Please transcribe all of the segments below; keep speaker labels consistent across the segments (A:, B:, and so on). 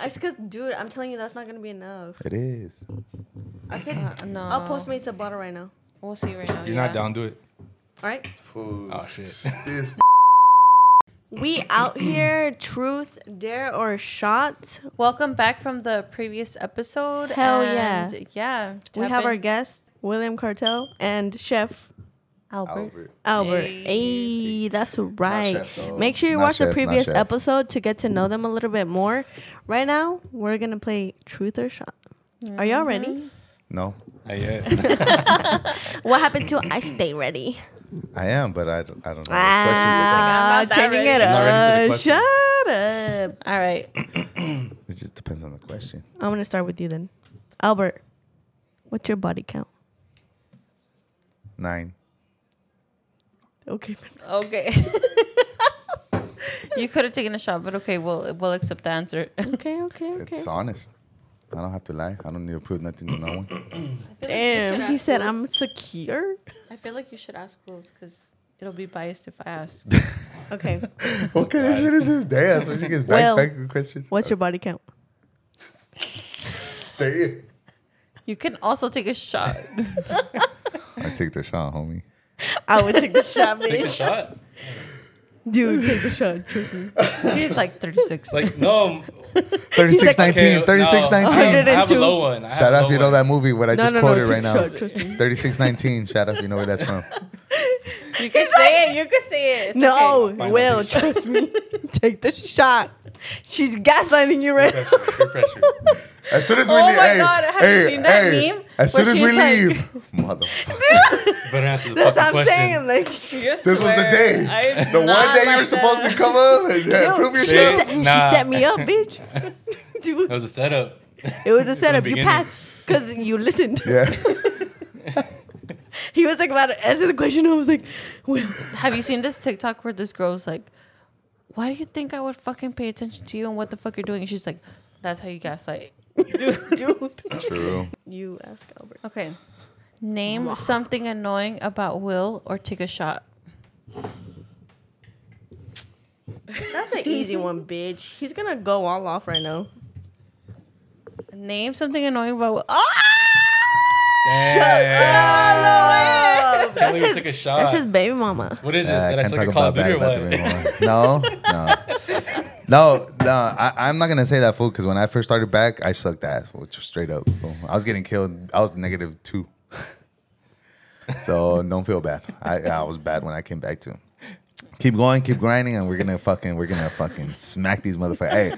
A: It's because, dude, I'm telling you, that's not gonna be enough.
B: It is.
A: I could.
C: no.
A: I'll Postmates a bottle right now.
C: We'll see right now.
D: You're
C: yeah.
D: not down to it.
A: All right,
E: Fool.
D: Oh, shit.
E: This
A: we out here. Truth, dare, or shot.
C: Welcome back from the previous episode.
A: Hell
C: and
A: yeah.
C: Yeah.
A: We
C: tap
A: have
C: in.
A: our guests, William Cartel and Chef
C: Albert.
E: Albert.
A: Albert.
C: Hey.
A: Hey, that's right.
E: chef, though.
A: Make sure you
B: Not
A: watch the
B: chef, not
A: previous
B: chef.
A: episode to get to know them a little bit more. Right now, we're gonna play Truth or Shot. Are y'all ready?
B: No,
D: Not yet.
A: What happened to I stay ready?
B: I am, but I, don't- I don't know.
A: Ah,
C: I'm not that
A: changing it
C: ready.
D: I'm not ready for the
A: up.
D: question.
A: Shut up.
C: Oh. All right.
B: The questions, it just depends on the question.
A: I'm gonna start with you then, Albert. What's your body count?
B: Nine.
A: Okay.
C: Okay. you could have taken a shot, but okay, we'll we'll accept the answer.
A: Okay. Okay. Okay.
B: It's honest. I don't have to lie. I don't need to prove nothing to no one.
A: Damn. He said I'm secure.
C: I feel like you should ask rules because it'll be biased if I ask. okay.
B: what kind of shit is this? Damn, so she gets back,
A: Well,
B: back with questions.
A: What's your body count?
B: Damn.
C: You can also take a shot.
B: I take the shot, homie.
A: I would take the shot,
D: Take a shot.
A: Dude, take the shot. Trust me.
C: He's like 36.
D: It's like, no.
B: 3619, 3619.
D: I have a
A: 102.
D: low one. I have
B: Shout
D: a
B: out
D: low
B: if you know
D: one.
B: that movie, what I
A: No,
B: just
A: no, no.
B: quoted
A: Take
B: right
A: the
B: now.
A: shot. Trust me.
B: 3619. Shout out if you know where that's from.
C: you can say it. You can say it. It's
A: No,
C: okay.
D: Fine,
A: Will,
D: I'll take
A: trust me. Take the shot. She's gaslighting you right now.
D: Peer pressure.
B: As soon as we
C: Oh
B: leave.
C: my
B: hey,
C: God, have you
B: hey,
C: seen that
B: hey,
C: meme
B: As
C: where
B: soon as
C: she's
B: we
C: like-
B: leave. Motherfucker.
D: Better answer
A: That's
D: the fucking
A: what I'm
D: question.
A: saying. Like,
C: You
B: This was the
C: swear,
B: day.
C: I'm
B: The one
C: not
B: day you
C: like
B: were supposed
C: that.
B: to come up and yeah, prove
A: she,
B: yourself.
A: set, she
D: Nah.
A: set me up, bitch.
D: That
A: Dude,
D: was a setup.
A: it was a setup. You
D: beginning.
A: passed because you listened.
B: Yeah.
A: He was like about to answer the question. I was like, Will,
C: Have you seen this TikTok where this girl's like, "Why do you think I would fucking pay attention to you and what the fuck you're doing?" And she's like, "That's how you gaslight."
A: dude.
B: True.
A: You ask Albert.
C: Okay. Name something annoying about Will or take a shot.
A: That's an easy one, bitch. He's gonna go all off right now.
C: Name something annoying about Will. Ah!
D: Damn. Can't
A: That's
D: believe we
A: his,
D: took a
A: that's his
D: shot.
A: baby mama.
D: What is it?
B: Uh, I
D: That I
B: can't
D: suck
B: talk
D: at Call
B: about
D: of Duty
B: bad
D: or
B: about
D: what?
B: them anymore. No, no. No, no, I, I'm not gonna say that fool because when I first started back, I sucked ass, fool, just straight up. fool. I was getting killed. I was negative two. so don't feel bad. I, I was bad when I came back too. Keep going, keep grinding, and we're gonna fucking, we're gonna fucking smack these motherfuckers. Hey,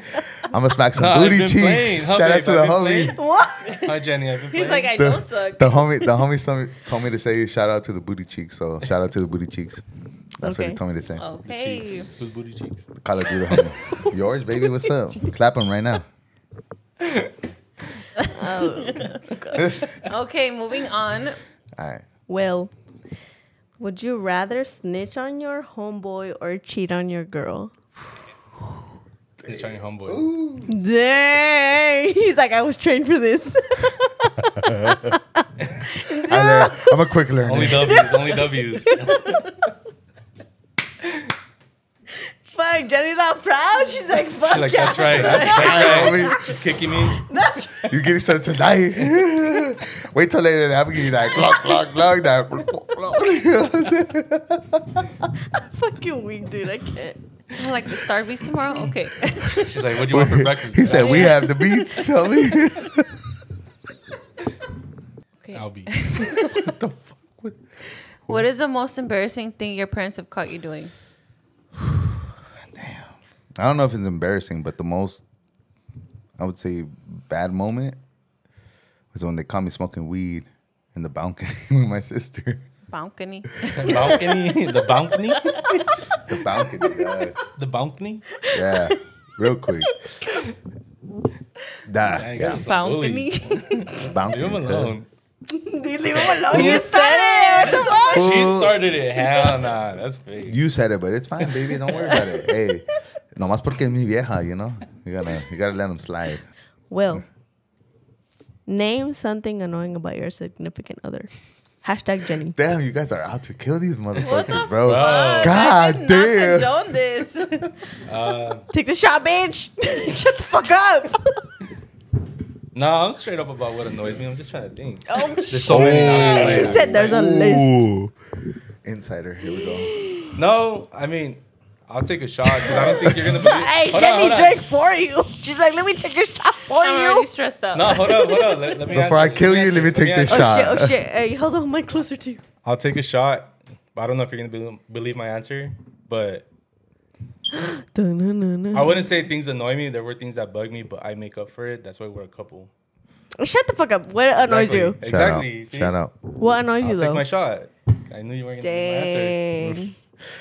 B: I'm gonna smack some
D: Nah, I've
B: booty
D: been
B: cheeks.
D: playing, huh,
B: Shout out
D: babe?
B: to
D: I've
B: the
D: been
B: homie.
D: playing.
A: What?
D: Hi, Jenny. I've been
C: He's
D: playing.
C: like, I
B: the,
C: don't suck.
B: the homie, the homie told me, told me to say shout out to the booty cheeks. So shout out to the booty cheeks. That's what
A: Okay.
B: he told me to say.
C: Oh. Okay.
D: Who's booty cheeks?
B: Call of Duty homie. Yours, baby. What's up? Clap him right now.
C: Okay, moving on.
B: All right.
A: Will, would you rather snitch on your homeboy or cheat on your girl?
D: He's trying homeboy.
A: Dang. He's like, I was trained for this.
B: I learned, I'm a quick learner.
D: Only W's. Only W's.
A: Fuck, Jenny's all proud. She's like, fuck
D: Like
A: yeah.
D: that's right. That's
B: All
D: right.
B: right, homie.
D: She's kicking me.
A: That's right.
B: you getting some tonight? Wait till later. I'm gonna give you that clock, clock, clock, that. clock, clock, clock. You know what I'm saying?
A: fucking weak, dude. I can't.
C: I like the Starbucks tomorrow. Okay.
D: She's like, "What do you want for breakfast?"
B: He said, "We have the beats, homie."
D: "I'll be."
C: What is the most embarrassing thing your parents have caught you doing?
B: I don't know if it's embarrassing, but the most I would say bad moment was when they caught me smoking weed in the balcony with my sister.
C: Balcony.
D: balcony. The balcony.
B: The balcony, God.
D: The balcony.
B: yeah, real quick. Nah,
D: Dang,
B: yeah,
D: guys are
C: Balcony.
D: bullies.
B: balcony.
D: Leave him
B: cuz.
D: alone.
A: Leave him alone.
C: you said it.
D: She
B: Who-
D: started it. Hell nah. That's fake.
B: You said it, but it's fine, baby. Don't worry about it. Hey, nomás porque es mi vieja, you know. You gotta, you gotta let them slide.
A: Will, name something annoying about your significant other. Hashtag Jenny.
B: Damn, you guys are out to kill these motherfuckers,
C: the
B: bro.
D: fuck?
C: I
B: God
C: did
B: damn.
C: not condone this.
D: Uh,
A: Take the shot, bitch. Shut the fuck up.
D: no, I'm straight up about what annoys me. I'm just trying to think.
A: Oh,
D: There's so many. now,
A: He
D: there's like-
A: said there's a list.
B: Ooh. Insider, here we go.
D: No, I mean, I'll take a shot because I don't think you're gonna. Believe-
A: Hey,
D: Hold on,
A: Jenny
D: hold on.
A: drank for you. She's like, let me take your shot for
C: I'm
A: you.
C: already stressed out.
D: No, hold up, hold up. Let, let me
B: Before I
D: answer.
B: kill
D: me
B: you, let me
D: answer.
B: take this
A: Oh
D: answer.
B: shot.
A: shit, oh shit. Hey, hold on, mic closer to you.
D: I'll take a shot. But I don't know if you're gonna be- believe my answer, but I wouldn't say things annoy me. There were things that bug me, but I make up for it. That's why we're a couple.
A: Shut the fuck up. What annoys
D: Exactly.
A: you?
D: Exactly. see?
B: Shout out. Shout out.
A: What annoys
D: I'll
A: you
D: take
A: though?
D: my shot. I knew you weren't gonna believe my answer.
A: Dang.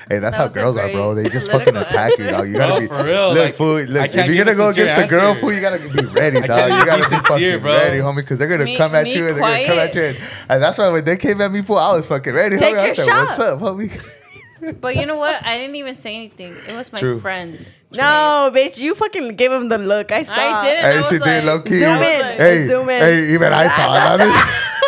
B: Hey,
C: That
B: that's how
C: was a
B: girls are, bro.
C: great
B: They just fucking
C: political
B: attack you, dog. You gotta
D: Bro,
B: be
D: Oh, for real,
B: Look,
D: like,
B: fool.
D: I
B: Look, if
D: can't
B: you're
D: give
B: gonna
D: a
B: go
D: sincere
B: against the girl,
D: answer.
B: fool, you gotta be ready,
D: I
B: dog.
D: cannot
B: You gotta
D: be
B: be
D: sincere,
B: fucking
D: bro.
B: ready, homie, because they're gonna
C: Me-
B: come at
C: me
B: you and they're gonna come at
C: quiet.
B: you. And, and that's why when they came at me, fool, I was fucking ready,
A: Take
B: homie. I
A: your
B: said,
A: shot.
B: "What's up, homie?"
C: But you know what? I didn't even say anything. It was my
B: True.
C: friend.
A: No, bitch, you fucking gave him the look. I saw.
C: I didn't.
B: Hey,
C: I was
B: she
C: like,
B: did low key.
A: Zoom
C: I was
A: in.
C: like-
B: Hey,
A: Zoom in.
B: hey, even I saw it. I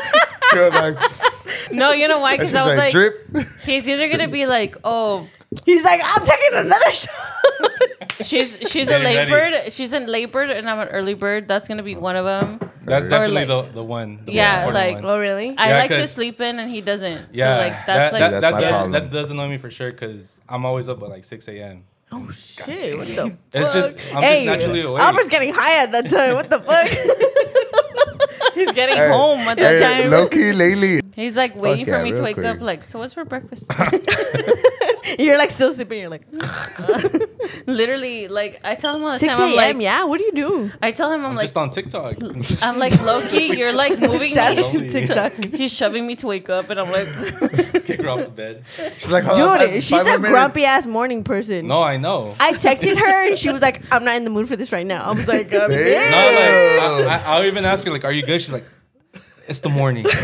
B: mean, she was like,
C: No, you know why?
B: and
C: Because
B: she's
C: I was
B: like,
C: like,
B: drip.
C: he's either gonna be like, oh,
A: He's like, I'm taking another shot.
C: she's she's a
D: Ready,
C: late
D: ready.
C: bird, she's a late bird, and I'm an early bird. That's gonna be one of them.
D: That's
B: Or
D: definitely
C: like-
D: the, the one. the
C: Yeah,
D: most
C: like-
D: important one.
A: oh really?
C: I
D: Yeah,
C: like to
D: 'cause-
C: sleep in, and he doesn't.
D: yeah,
C: so, like that's
D: that,
C: like
D: that,
B: That's my
D: that, does,
B: problem.
D: that does annoy me for sure because I'm always up at like 6 a.m.
A: oh shit! What the?
D: It's
A: fuck?
D: just- I'm just naturally awake.
A: Albert's getting high at that time. What the fuck?
C: he's getting
B: Hey,
C: home at that
B: hey,
C: time.
B: Low key lately.
C: He's like waiting
B: yeah,
C: for me to
B: real
C: wake up.
B: quick.
C: Like, so what's for breakfast?
A: you're like still sleeping. You're like
C: Literally, like I tell him all the
A: six
C: time. I'm
A: a.m.
C: like,
A: yeah. What do you do?
C: I tell him I'm,
D: I'm
C: like,
D: just on TikTok.
C: I'm like Loki. You're like moving
A: Shout
C: me.
A: out to
D: Lonely.
A: TikTok.
C: He's shoving me to wake up, and I'm like,
D: Kick her off the bed.
B: She's
D: Uh,
B: like, "Hold on,
A: Dude,
B: five-
A: she's
B: five
A: a
B: more
A: grumpy
B: minutes."
A: ass morning person.
D: No, I know.
A: I texted her and she was like, "I'm not in the mood for this right now." I was like, um,
B: Damn.
D: no,
A: yeah.
D: like, I, I, I'll even ask her, like, are you good? She's like, it's the morning.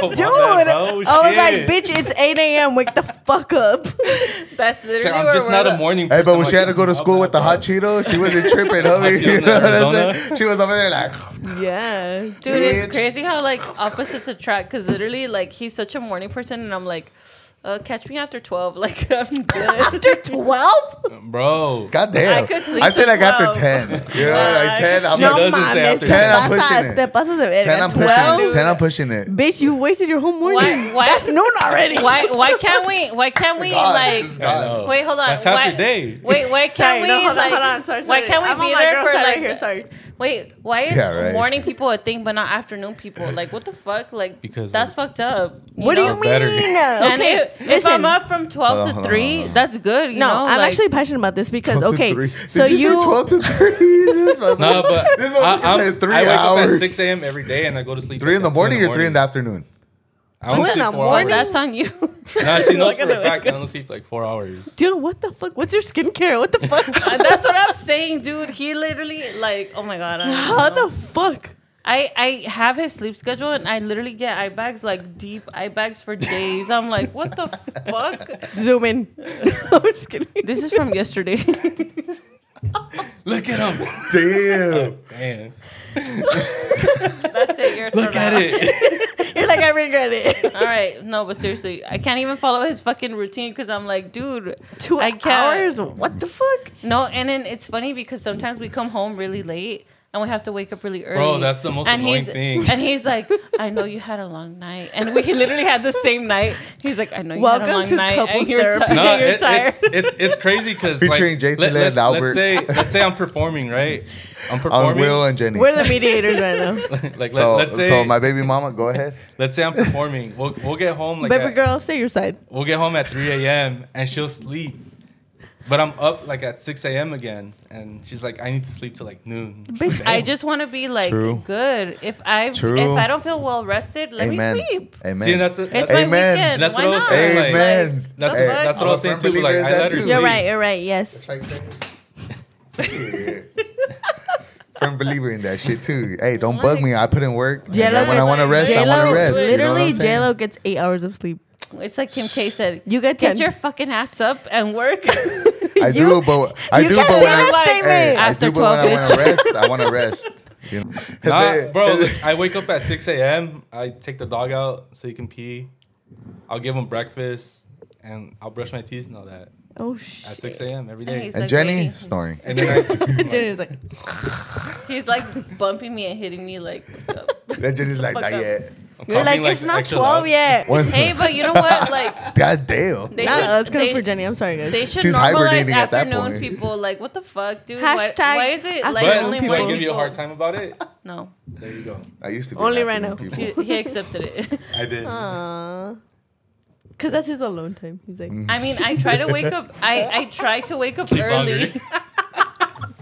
D: Oh, Dude,
A: Dude,
B: Oh,
A: I was like, bitch, it's 8 a.m. Wake the fuck up.
C: that's literally
D: Like, I'm
C: where
D: just
C: we're
D: not a
C: at.
D: morning
B: Hey,
D: person.
B: but when
D: like,
B: she had to go to
D: I'm
B: school
D: not,
B: with the
D: bro.
B: hot Cheetos, she wasn't tripping,
D: Hot
B: homie. You
D: Cheetos
B: know what I'm
D: Arizona.
B: saying? She was over there like,
A: yeah.
C: Dude, it's
B: Bitch.
C: crazy how like opposites attract. Cause literally, like he's such a morning person, and I'm like, uh, catch me after twelve. Like I'm good.
A: After 12?
D: Bro.
B: God damn.
C: I could sleep Uh,
B: I say
C: till
B: like after
C: 12.
B: 10. You know,
C: Nah, I
B: like 10,
C: could
B: I'm
D: sleep
B: like,
D: doesn't say after
A: te
D: 10,
B: I'm
A: pasas-
B: pushing it.
A: te pasas de verga.
B: 10, I'm pushing
A: 12?
B: it. 10, I'm pushing it.
A: Bitch, you wasted your whole morning.
C: Why- why-
A: That's noon already.
C: why? Why can't we? Why can't we
B: God,
C: like?
B: this is
D: I
B: God.
D: know.
C: Wait, hold on.
D: That's half
C: why,
D: your day.
C: Wait, why can't
A: Sorry,
C: we?
A: no, hold on,
C: like-
A: hold on. Sorry,
C: Why
A: sorry.
C: can't we
A: I'm on
C: be
A: my
C: there
A: girl
C: for
A: side
C: like?
A: right here, sorry.
C: Wait, why is
B: Yeah, right.
C: morning people a thing but not afternoon people? Like, what the fuck? Like,
D: Because
C: that's fucked up.
A: What do
C: know?
A: you mean?
D: better.
C: And
A: Okay,
C: if, if
A: listen.
C: I'm up from
B: Hold on,
C: twelve
B: hold
C: to
B: on,
C: three,
B: hold on.
C: that's good. You
A: no,
C: know?
A: I'm
C: like-
A: actually passionate about this because,
B: 12 to
A: okay,
B: three.
A: so
B: Did you,
A: you.
B: say 12 to 3? This motherfucker-
D: No, but
B: this
D: I,
B: motherfucker
D: I'm,
B: said three
D: I wake up at
B: hours.
D: 6 a.m. every day and I go to sleep.
B: 3 in the
D: like, at
B: morning or 3 in the afternoon?
D: I only
A: Two in
D: sleep
A: the
D: four
A: morning?
D: hours.
C: that's on you.
D: No, she knows
A: Look
D: for
A: at
D: a
A: the
D: fact I only sleep like four hours.
A: Dude, what the fuck? What's your skincare? What the fuck?
C: uh, that's what I'm saying, dude. He literally like, oh my god. I don't
A: How
C: know.
A: the fuck?
C: I I have his sleep schedule and I literally get eye bags like deep eye bags for days. I'm like, what the fuck?
A: Zoom in. I'm just kidding.
C: This is from yesterday.
D: Look at him.
B: Damn.
D: Damn.
C: That's it. You're
D: Look at it.
A: You're like, I regret it.
C: All right, no, but seriously, I can't even follow his fucking routine because I'm like, dude,
A: Two
C: I can't.
A: hours? What the fuck?
C: No, and then it's funny because sometimes we come home really late and we have to wake up really early.
D: that's the most
C: and
D: annoying
C: he's,
D: thing.
C: And he's like, I know you had a long night, and we literally had the same night. He's like, I know you
A: Welcome
C: had a long
A: to
C: night,
A: couples
C: and you're,
A: therapy.
C: ti-
D: No,
C: you're
D: it,
C: tired.
D: it's, it's it's crazy because
B: Featuring
D: like,
B: JT
D: let,
B: Lynn and Albert.
D: Let's say let's say I'm performing, right? I'm
B: On
D: performing.
B: Will and Jenny.
A: We're the mediators right now.
D: like
B: so,
D: let, us say
B: so my baby mama, go ahead.
D: let's say I'm performing. We'll we'll get home like
A: Baby
D: at,
A: girl, say your side.
D: we'll get home at 3 a.m. and she'll sleep. But I'm up like at 6 a.m. again, and she's like, I need to sleep till like noon.
A: Bitch,
C: I just want to be like
B: True.
C: good. If I
B: True.
C: if I don't feel well rested, let
B: Amen.
C: me sleep.
B: Amen.
D: See, and that's the,
C: It's
D: that's,
C: my
B: Amen.
C: weekend.
D: That's
C: Why
D: what I was
C: not?
D: saying, like,
B: Amen.
D: that's,
C: Hey,
D: that's what I was
B: I'm a
D: saying too.
B: firm
D: but, Like,
B: believer
D: I
B: in
D: let
B: that
D: her
B: too.
A: You're
D: sleep.
A: right. You're right. Yes.
B: Firm believer in that shit too. Hey, don't bug me. I put in work. And
A: J-Lo
B: then when I want to rest, I want
A: J-Lo
B: to rest. You know what
A: Literally,
B: I'm saying?
A: J Lo gets eight hours of sleep.
C: It's like Kim K said.
A: You get
C: get
A: 10.
C: your fucking ass up and work.
B: I
A: You-
B: do, but I
A: you
B: do,
A: can't
B: but
A: say
B: when
A: that
B: I,
A: statement.
B: hey, I
C: After
B: do, but when I
C: 12,
B: want to rest, I want to rest. You know?
D: Nah, bro, look, I wake up at 6 a.m. I take the dog out so he can pee. I'll give him breakfast and I'll brush my teeth and all that
A: Oh shit.
D: at 6 a.m. every
C: And
D: day.
C: he's
B: And
D: And,
C: like
B: Jenny
C: waiting.
B: snoring.
D: then I,
A: Jenny's like,
C: He's like bumping me and hitting me like. wake up.
B: That Jenny's like,
C: Fuck
B: not
C: up.
B: yet.
A: you're like,
D: coughing,
A: it's not
D: extra
A: 12
D: loud.
A: yet.
B: One-
C: hey, but you know what? Like
B: God damn.
C: they
A: Nah,
C: should.
A: that's good
C: they,
A: for Jenny. I'm sorry, guys.
C: They should
B: She's
C: normalize
B: hibernating at that
C: afternoon
B: point.
C: people. Like what the fuck, dude? Why,
A: Hashtag
C: why is it like
D: But
C: only
D: do
C: white
D: I
A: people.
D: give you a
C: people?
D: hard time about it?
C: No,
D: There you go.
B: I used to be
A: Only
B: an
A: right
B: afternoon
A: now.
B: people.
C: he, he accepted it.
D: I did.
A: Aww. Cause that's his alone time. He's like,
B: Mm-hmm.
C: I mean, I try to wake up. I I try to wake up
D: Sleep
C: early.
D: hungry.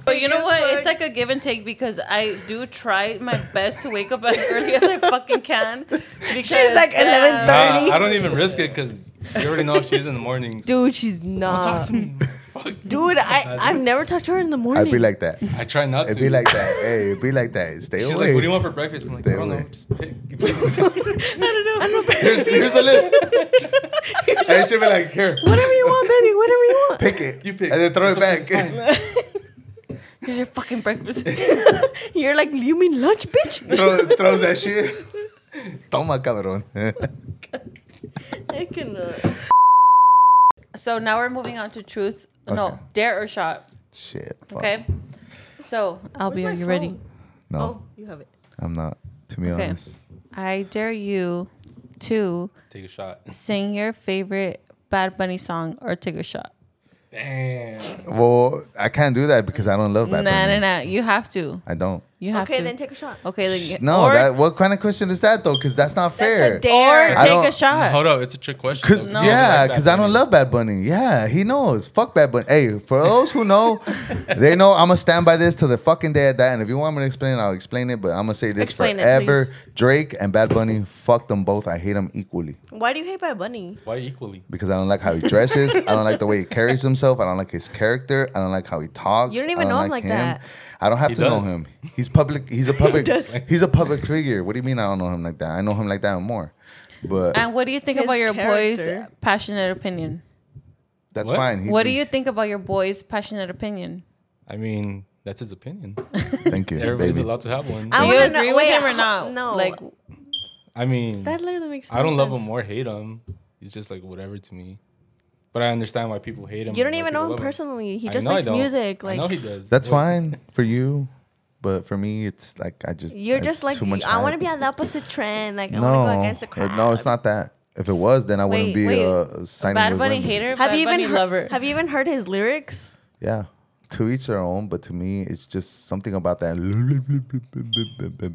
C: But you know what? It's like a give and take because I do try my best to wake up as early as I fucking can. Because, uh,
A: She's like
C: damn,
A: 11:30.
D: Nah, I
A: Dirty.
D: don't even risk it because you already know she's in the mornings.
A: dude, she's not.
D: Talk to me. Fuck.
A: Dude, I I've never talked to her in the morning.
B: I'd be like that.
D: I try not
B: It'd
D: to.
B: be like that. Hey, it'd be like that. Stay
D: She's
B: away.
D: like, what do you want for breakfast? I'm like,
B: Stay
D: I don't
B: away.
D: know. Just pick.
B: here's, here's the list. and she'd be like, here,
A: whatever you want, baby. Whatever you want.
B: pick it.
D: You pick.
B: And then throw
D: It's
B: it
D: okay,
B: back.
D: it's
C: Here's your fucking breakfast.
A: You're like, you mean lunch, bitch?
B: Throw, throws that shit. Toma, cabrón.
A: I cannot.
C: so now we're moving on to truth.
B: Okay.
C: No, dare or shot.
B: shit. fuck.
C: Okay. So Albie,
A: my
C: are you ready?
A: phone?
B: No,
A: Oh, you have it.
B: I'm not. To be honest,
C: I dare you to
D: Take a shot.
C: sing your favorite Bad Bunny song or take a shot.
D: Damn.
B: well, I can't do that because I don't love
C: Nah,
B: Bad Bunny.
C: nah, nah. You have to.
B: I don't.
C: You have
A: okay,
C: to.
A: then take a shot.
C: okay, then.
B: No,
C: or,
B: that, what kind of question is that though? Because that's not fair.
A: That's a dare.
C: or
B: I don't-
C: take a shot.
D: Hold up, it's a trick question.
B: Cause
D: though.
C: No.
B: yeah,
D: Like Bad
B: because I don't
D: Bunny.
B: love Bad Bunny. Yeah, he knows. Fuck Bad Bunny. Hey, for those who know, they know I'm gonna stand by this till the fucking day I die. And if you want me to explain, it, I'll explain it. But I'm gonna say this
A: Explain it,
B: forever:
A: please.
B: Drake and Bad Bunny, fuck them both. I hate them equally
A: Why do you hate Bad Bunny?
D: Why equally?
B: because I don't like how he dresses. I don't like the way he carries himself. I don't like his character. I don't like how he talks.
A: You don't
B: I
A: even know him like that.
B: I don't have
D: He
B: to
D: does.
B: know him. He's public. He's a public.
A: does.
B: he's a public figure. What do you mean I don't know him like that? I know him like that and more. But
C: And what do you think
A: His
C: about your boy's
A: character.
C: passionate opinion?
B: that's
D: What?
B: fine. He-
C: What do you think about your boy's passionate opinion?
D: I mean, that's his opinion.
B: Thank you,
D: Everybody's
B: baby.
D: allowed to have one.
C: Do
A: I
D: I,
C: you
A: wanna
C: agree with
A: know- wait,
C: him or
A: ho-
C: not?
A: no.
C: Like,
D: mean,
A: That literally makes.
D: I don't
A: no
D: love
A: sense.
D: him or hate him. He's just like whatever to me. But I understand why people hate him.
A: You don't
D: and why
A: even know
D: people
A: him
D: love
A: personally. He
D: I
A: just
D: know I
A: makes
D: don't.
A: music.
D: I know
A: Like
D: he does.
B: That's
D: What-
B: fine for you, but for me, it's like I just
A: you're just
B: it's
A: like
B: too much
A: I want to
B: hype.
A: be on the opposite trend. Like I
B: no, Uh,
A: want to go against the crowd.
B: no, it's not that. If it was, then I
C: Wait,
B: wouldn't be
C: wait.
B: uh, signing
C: Bad
B: with
C: Bunny
B: women.
C: hater,
A: Have
C: Bad
A: you even
C: Bunny
A: heard,
C: lover.
A: Have you even heard his lyrics?
B: Yeah, to each their own. But to me, it's just something about that.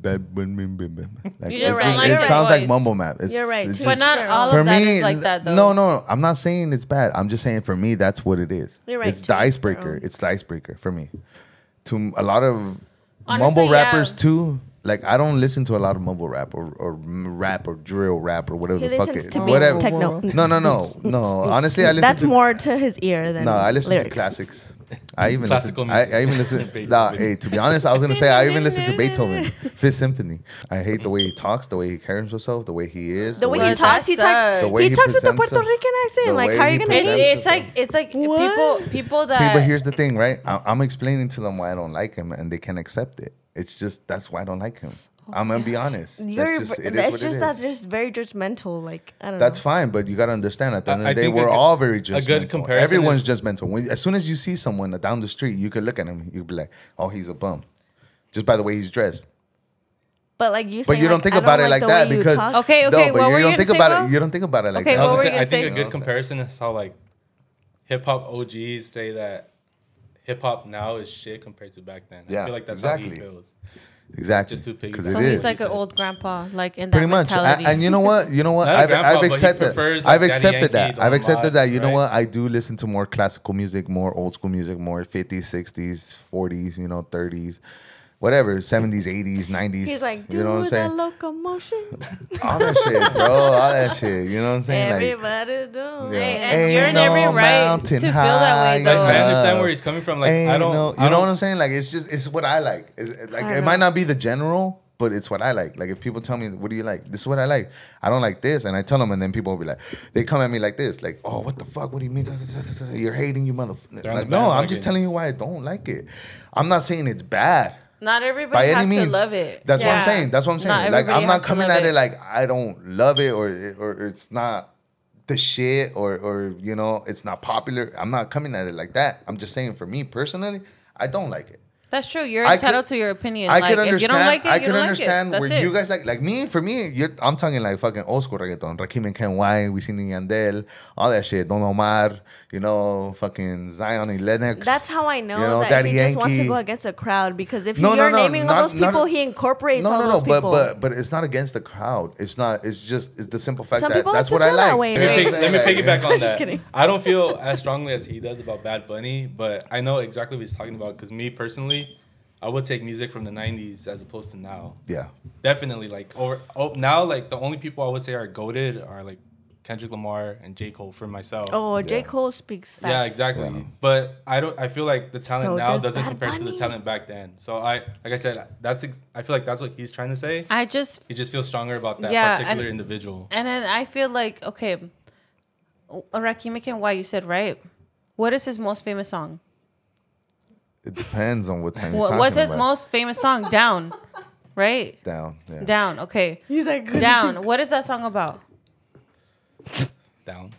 B: Like,
C: You're
B: it's
A: right,
B: just-
A: you're
B: It
A: right.
B: sounds like
C: Voice.
B: mumble map. It's,
A: You're right,
B: it's
A: to
C: but
A: each
B: just-
C: not
A: their
C: all
A: own.
C: of that is like that though.
B: No, no, I'm not saying it's bad. I'm just saying for me, that's what it is.
A: You're right,
B: It's
A: to
B: the
A: each their
B: icebreaker.
A: own.
B: It's the icebreaker for me. To m- a lot of
C: Honestly,
B: mumble
C: yeah.
B: rappers too. Like I don't listen to a lot of mumble rap or, or m- rap or drill rap or whatever
A: He
B: the fuck
A: listens
B: it.
A: to beats,
B: whatever.
A: techno.
B: No, no, no, no. Honestly, I listen.
A: That's
B: to,
A: more to his ear than
B: No, I listen
A: lyrics.
B: to classics. I even
D: Classical
B: listen, I, I even
D: music.
B: listen. nah,
D: Beethoven.
B: hey, to be honest, I was gonna say I even listen to Beethoven Fifth Symphony. I hate the way he talks, the way he carries himself, the way he is,
A: The way
C: Well,
A: he talks, he
C: that sucks.
A: talks,
C: The
B: way
A: he,
B: he
A: talks with a
B: presents
A: Puerto
B: him.
A: Rican accent.
B: The
A: Like,
B: way
A: how are
B: he
A: you gonna
B: presents
A: hate?
C: It's,
B: him.
C: it's like it's like
A: What?
C: people people that
B: See, but here's the thing, right? I, I'm explaining to them why I don't like him, and they can accept it. It's just that's why I don't like him. I'm gonna be honest.
A: Oh You're,
B: that's just, it is
A: it's
B: what
A: just
B: it
A: that
B: is.
A: just very judgmental. Like, I don't
B: That's
A: know.
B: fine, but you gotta understand. At the
D: I-
B: end of
D: I
B: the day,
D: think a
B: we're
D: good-
B: all very
D: a
B: judgmental.
D: good comparison
B: Everyone's
D: is-
B: judgmental. When, as soon as you see someone down the street, you could look at him. You'd be like, "Oh, he's a bum," just by the way he's dressed.
A: But like you,
B: But
A: saying,
B: you don't
A: like,
B: think
A: I
B: about it
A: like
B: like
A: the
B: that
A: way you
B: because
A: talk.
C: Okay, okay,
B: No, but
C: what were
B: you
C: you
B: don't
C: gonna
B: think
C: say,
B: about
C: Mo?
B: it. You don't think about it like
C: Okay,
B: that.
D: I, was
C: What
D: gonna
C: were
D: say,
C: you
D: I
C: gonna
D: think
C: say?
D: a good comparison is how like hip hop OGs say that hip hop now is shit compared to back then.
B: Yeah,
D: I feel like that's how
B: exactly.
D: he feels.
B: exactly.
D: Just to piggyback.
B: because
D: So
B: it
C: so he's
B: is
C: like an old grandpa, like in that
B: pretty much. I,
C: mentality.
B: and you know what? You know what?
D: Not a
B: I've,
D: grandpa,
B: I've
D: but he
B: accepted.
D: prefers, like,
B: I've
D: Daddy
B: accepted that.
D: Yankee, Don
B: I've accepted that. You know
D: Omar,
B: what? I do listen to more classical music, more old school music, more 50s, 60s, 40s, you know, 30s, whatever, 70s, 80s, 90s.
A: he's like, dude,
B: you know what I'm
A: the
B: saying?
A: locomotion.
B: All that shit, bro. All that shit. You know what I'm saying? Like,
A: Everybody do.
B: Yeah.
C: Hey, and
B: Ain't
C: you're in
B: no
C: every right
B: mountain
C: to feel that way
B: high
D: Like
C: though.
D: I
B: enough.
D: understand where he's coming from. Like I
B: ain't
D: don't.
B: no- you
D: I
B: know
D: don't,
B: what I'm saying? Like, it's just, it's what I like. It's, it- like,
A: I
B: it
A: don't
B: might
A: know.
B: not be the general, but it's what I like. Like, if people tell me, what do you like? This is what I like. I don't like this. And I tell them, and then people will be like, they come at me like this, like, oh, what the fuck? What do you mean? You're hating you, motherfucker.
D: They're on
B: Like,
D: the
B: no, I'm
D: bandwagon.
B: just telling you why I don't like it. I'm not saying it's bad.
C: Not everybody
B: by
C: has
B: any means.
C: to love it.
B: That's what I'm
A: Yeah.
B: saying. That's what I'm
C: Not
B: saying. like
C: everybody
B: I'm not
C: has to
B: coming
C: love
B: at it.
C: it.
B: like I don't love it or it- or it's not the shit or or you know it's not popular. I'm not coming at it like that. I'm just saying for me personally, I don't like it.
C: That's true. You're
B: I could-
C: entitled to your opinion.
B: I
C: like,
B: could understand.
C: If you don't like it,
B: I
C: you
B: could
C: don't
B: understand
C: like it. That's
B: where
C: it.
B: you guys like. Like me, for me, you're, I'm talking like fucking old school reggaeton. Rakim and Ken Y, Wisin and Yandel, all that shit. Don Omar, you know, fucking Zion and Lennox.
A: That's how I know,
B: You know,
A: that
B: Daddy
A: he just wants to
B: Yankee.
A: go against the crowd because if
B: No, no,
A: you're
B: no,
A: naming
B: not-
A: all those
B: not-
A: people, he incorporates
B: no,
A: all
B: no,
A: those
B: no, but
A: people.
B: but but it's not against the crowd. It's not. It's just it's the simple fact
A: Some
B: that
A: people
B: that's
A: like to
B: what I
A: feel that
B: like.
A: way.
B: You know
D: Let me,
B: what
D: pick,
B: I'm
D: let me
B: saying?
D: piggyback on
A: Just
D: that.
A: kidding.
D: I don't feel as strongly as he does about Bad Bunny, but I know exactly what he's talking about because me personally, I would take music from the '90s as opposed to now.
B: Yeah,
D: Definitely, like over oh, now, like the only people I would say are goaded are like Kendrick Lamar and J Cole for myself.
A: oh, J
B: Yeah.
A: Cole speaks facts.
D: yeah, exactly.
B: Yeah.
D: But I don't. I feel like the talent
A: So
D: now
A: does
D: doesn't
A: Bad
D: compare to the
A: Bunny.
D: talent back then. So I, like I said, that's. Ex- I feel like that's what he's trying to say.
C: I just
D: He just feels stronger about that
C: Yeah,
D: particular
C: and-
D: individual.
C: and then I feel like okay, Rakim and why you said right. What is his most famous song?
B: it depends on what time.
C: What
B: you're
C: was
B: talking
C: his
B: about.
C: most famous song? Down, right?
B: down? Yeah.
C: Down. Okay,
A: He's like
C: down. What is that song about?
D: Down.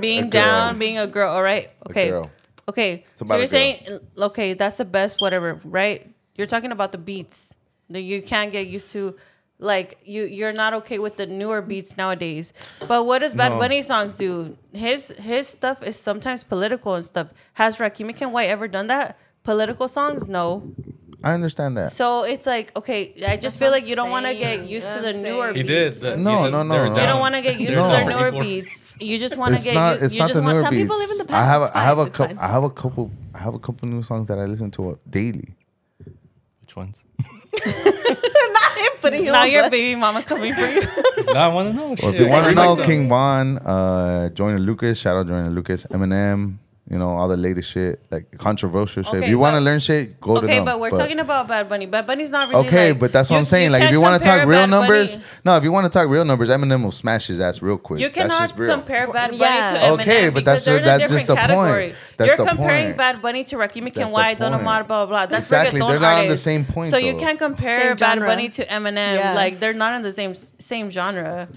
C: Being
B: girl.
C: down, being a girl. All right. Okay.
B: girl.
C: Okay.
B: about
C: So
B: a
C: you're
B: girl.
C: saying okay, that's the best whatever, right? You're talking about the beats that you can't get used to. Like you, you're not okay with the newer beats nowadays. But what does Bad
B: No.
C: Bunny songs do? His his stuff is sometimes political and stuff. Has Rakim and White ever done that? Political songs? No.
B: I understand that.
C: So it's like okay, I just
A: That's
C: feel
A: what
C: like
A: I'm
C: you don't want to
A: saying.
C: get used to
A: I'm
C: the
A: saying.
C: newer
D: He
C: beats.
D: did. The-
B: No,
D: he said
B: no, no, no.
D: they're
B: You
C: You
D: down.
C: don't want to get used
D: They're
C: to
B: No.
C: their
D: down for
C: newer
D: equal-
C: beats. You just want to
B: it's
C: get
B: not.
C: used.
B: It's
C: you
B: not
C: just
B: the
C: want
B: newer
A: some
B: beats.
A: people live in the
B: I
A: past,
B: have.
A: it's
B: A, I have a
A: fine, it's
B: couple.
A: fine.
B: I have a couple. I have a couple new songs that I listen to uh, daily.
D: Which ones?
A: putting him
C: now
A: on
C: your
A: blast.
C: baby mama coming for you.
D: no, I want to know.
B: Or if
D: shit.
B: you want to
D: Like
B: know,
D: some-
B: King Von, uh, Joyner Lucas, shout out Joyner Lucas, Eminem, you know all the latest shit, like controversial shit.
C: Okay,
B: if you want to
C: but-
B: learn shit, go to
C: Okay,
B: them.
C: but we're talking about Bad Bunny. Bad Bunny's not really
B: Okay,
C: like-
B: but that's what
C: you-
B: I'm saying. like, if
C: can't
B: you want to
C: compare
B: talk real
C: Bad
B: numbers,
C: Bunny-
B: no, if you want to talk real numbers, Eminem will smash his ass real quick.
C: you
B: that's
C: cannot
B: just real.
C: compare Bad Bunny to
A: Yeah.
C: Eminem.
B: Okay, but
C: because
B: that's-
C: they're in a
B: that's
C: different
B: just the point.
C: category.
B: That's
C: You're
B: the
C: comparing
B: point.
C: Bad Bunny to Rakim
B: That's the
C: Kenwai, Don
B: point.
C: Omar, blah blah. That's
B: Exactly,
C: reggaeton
B: they're not on the
C: artists.
B: same point,
C: So you
B: though.
C: can't compare
A: Same
C: Bad
A: genre.
C: Bunny to Eminem.
A: Yeah.
C: Like they're not in the same same genre.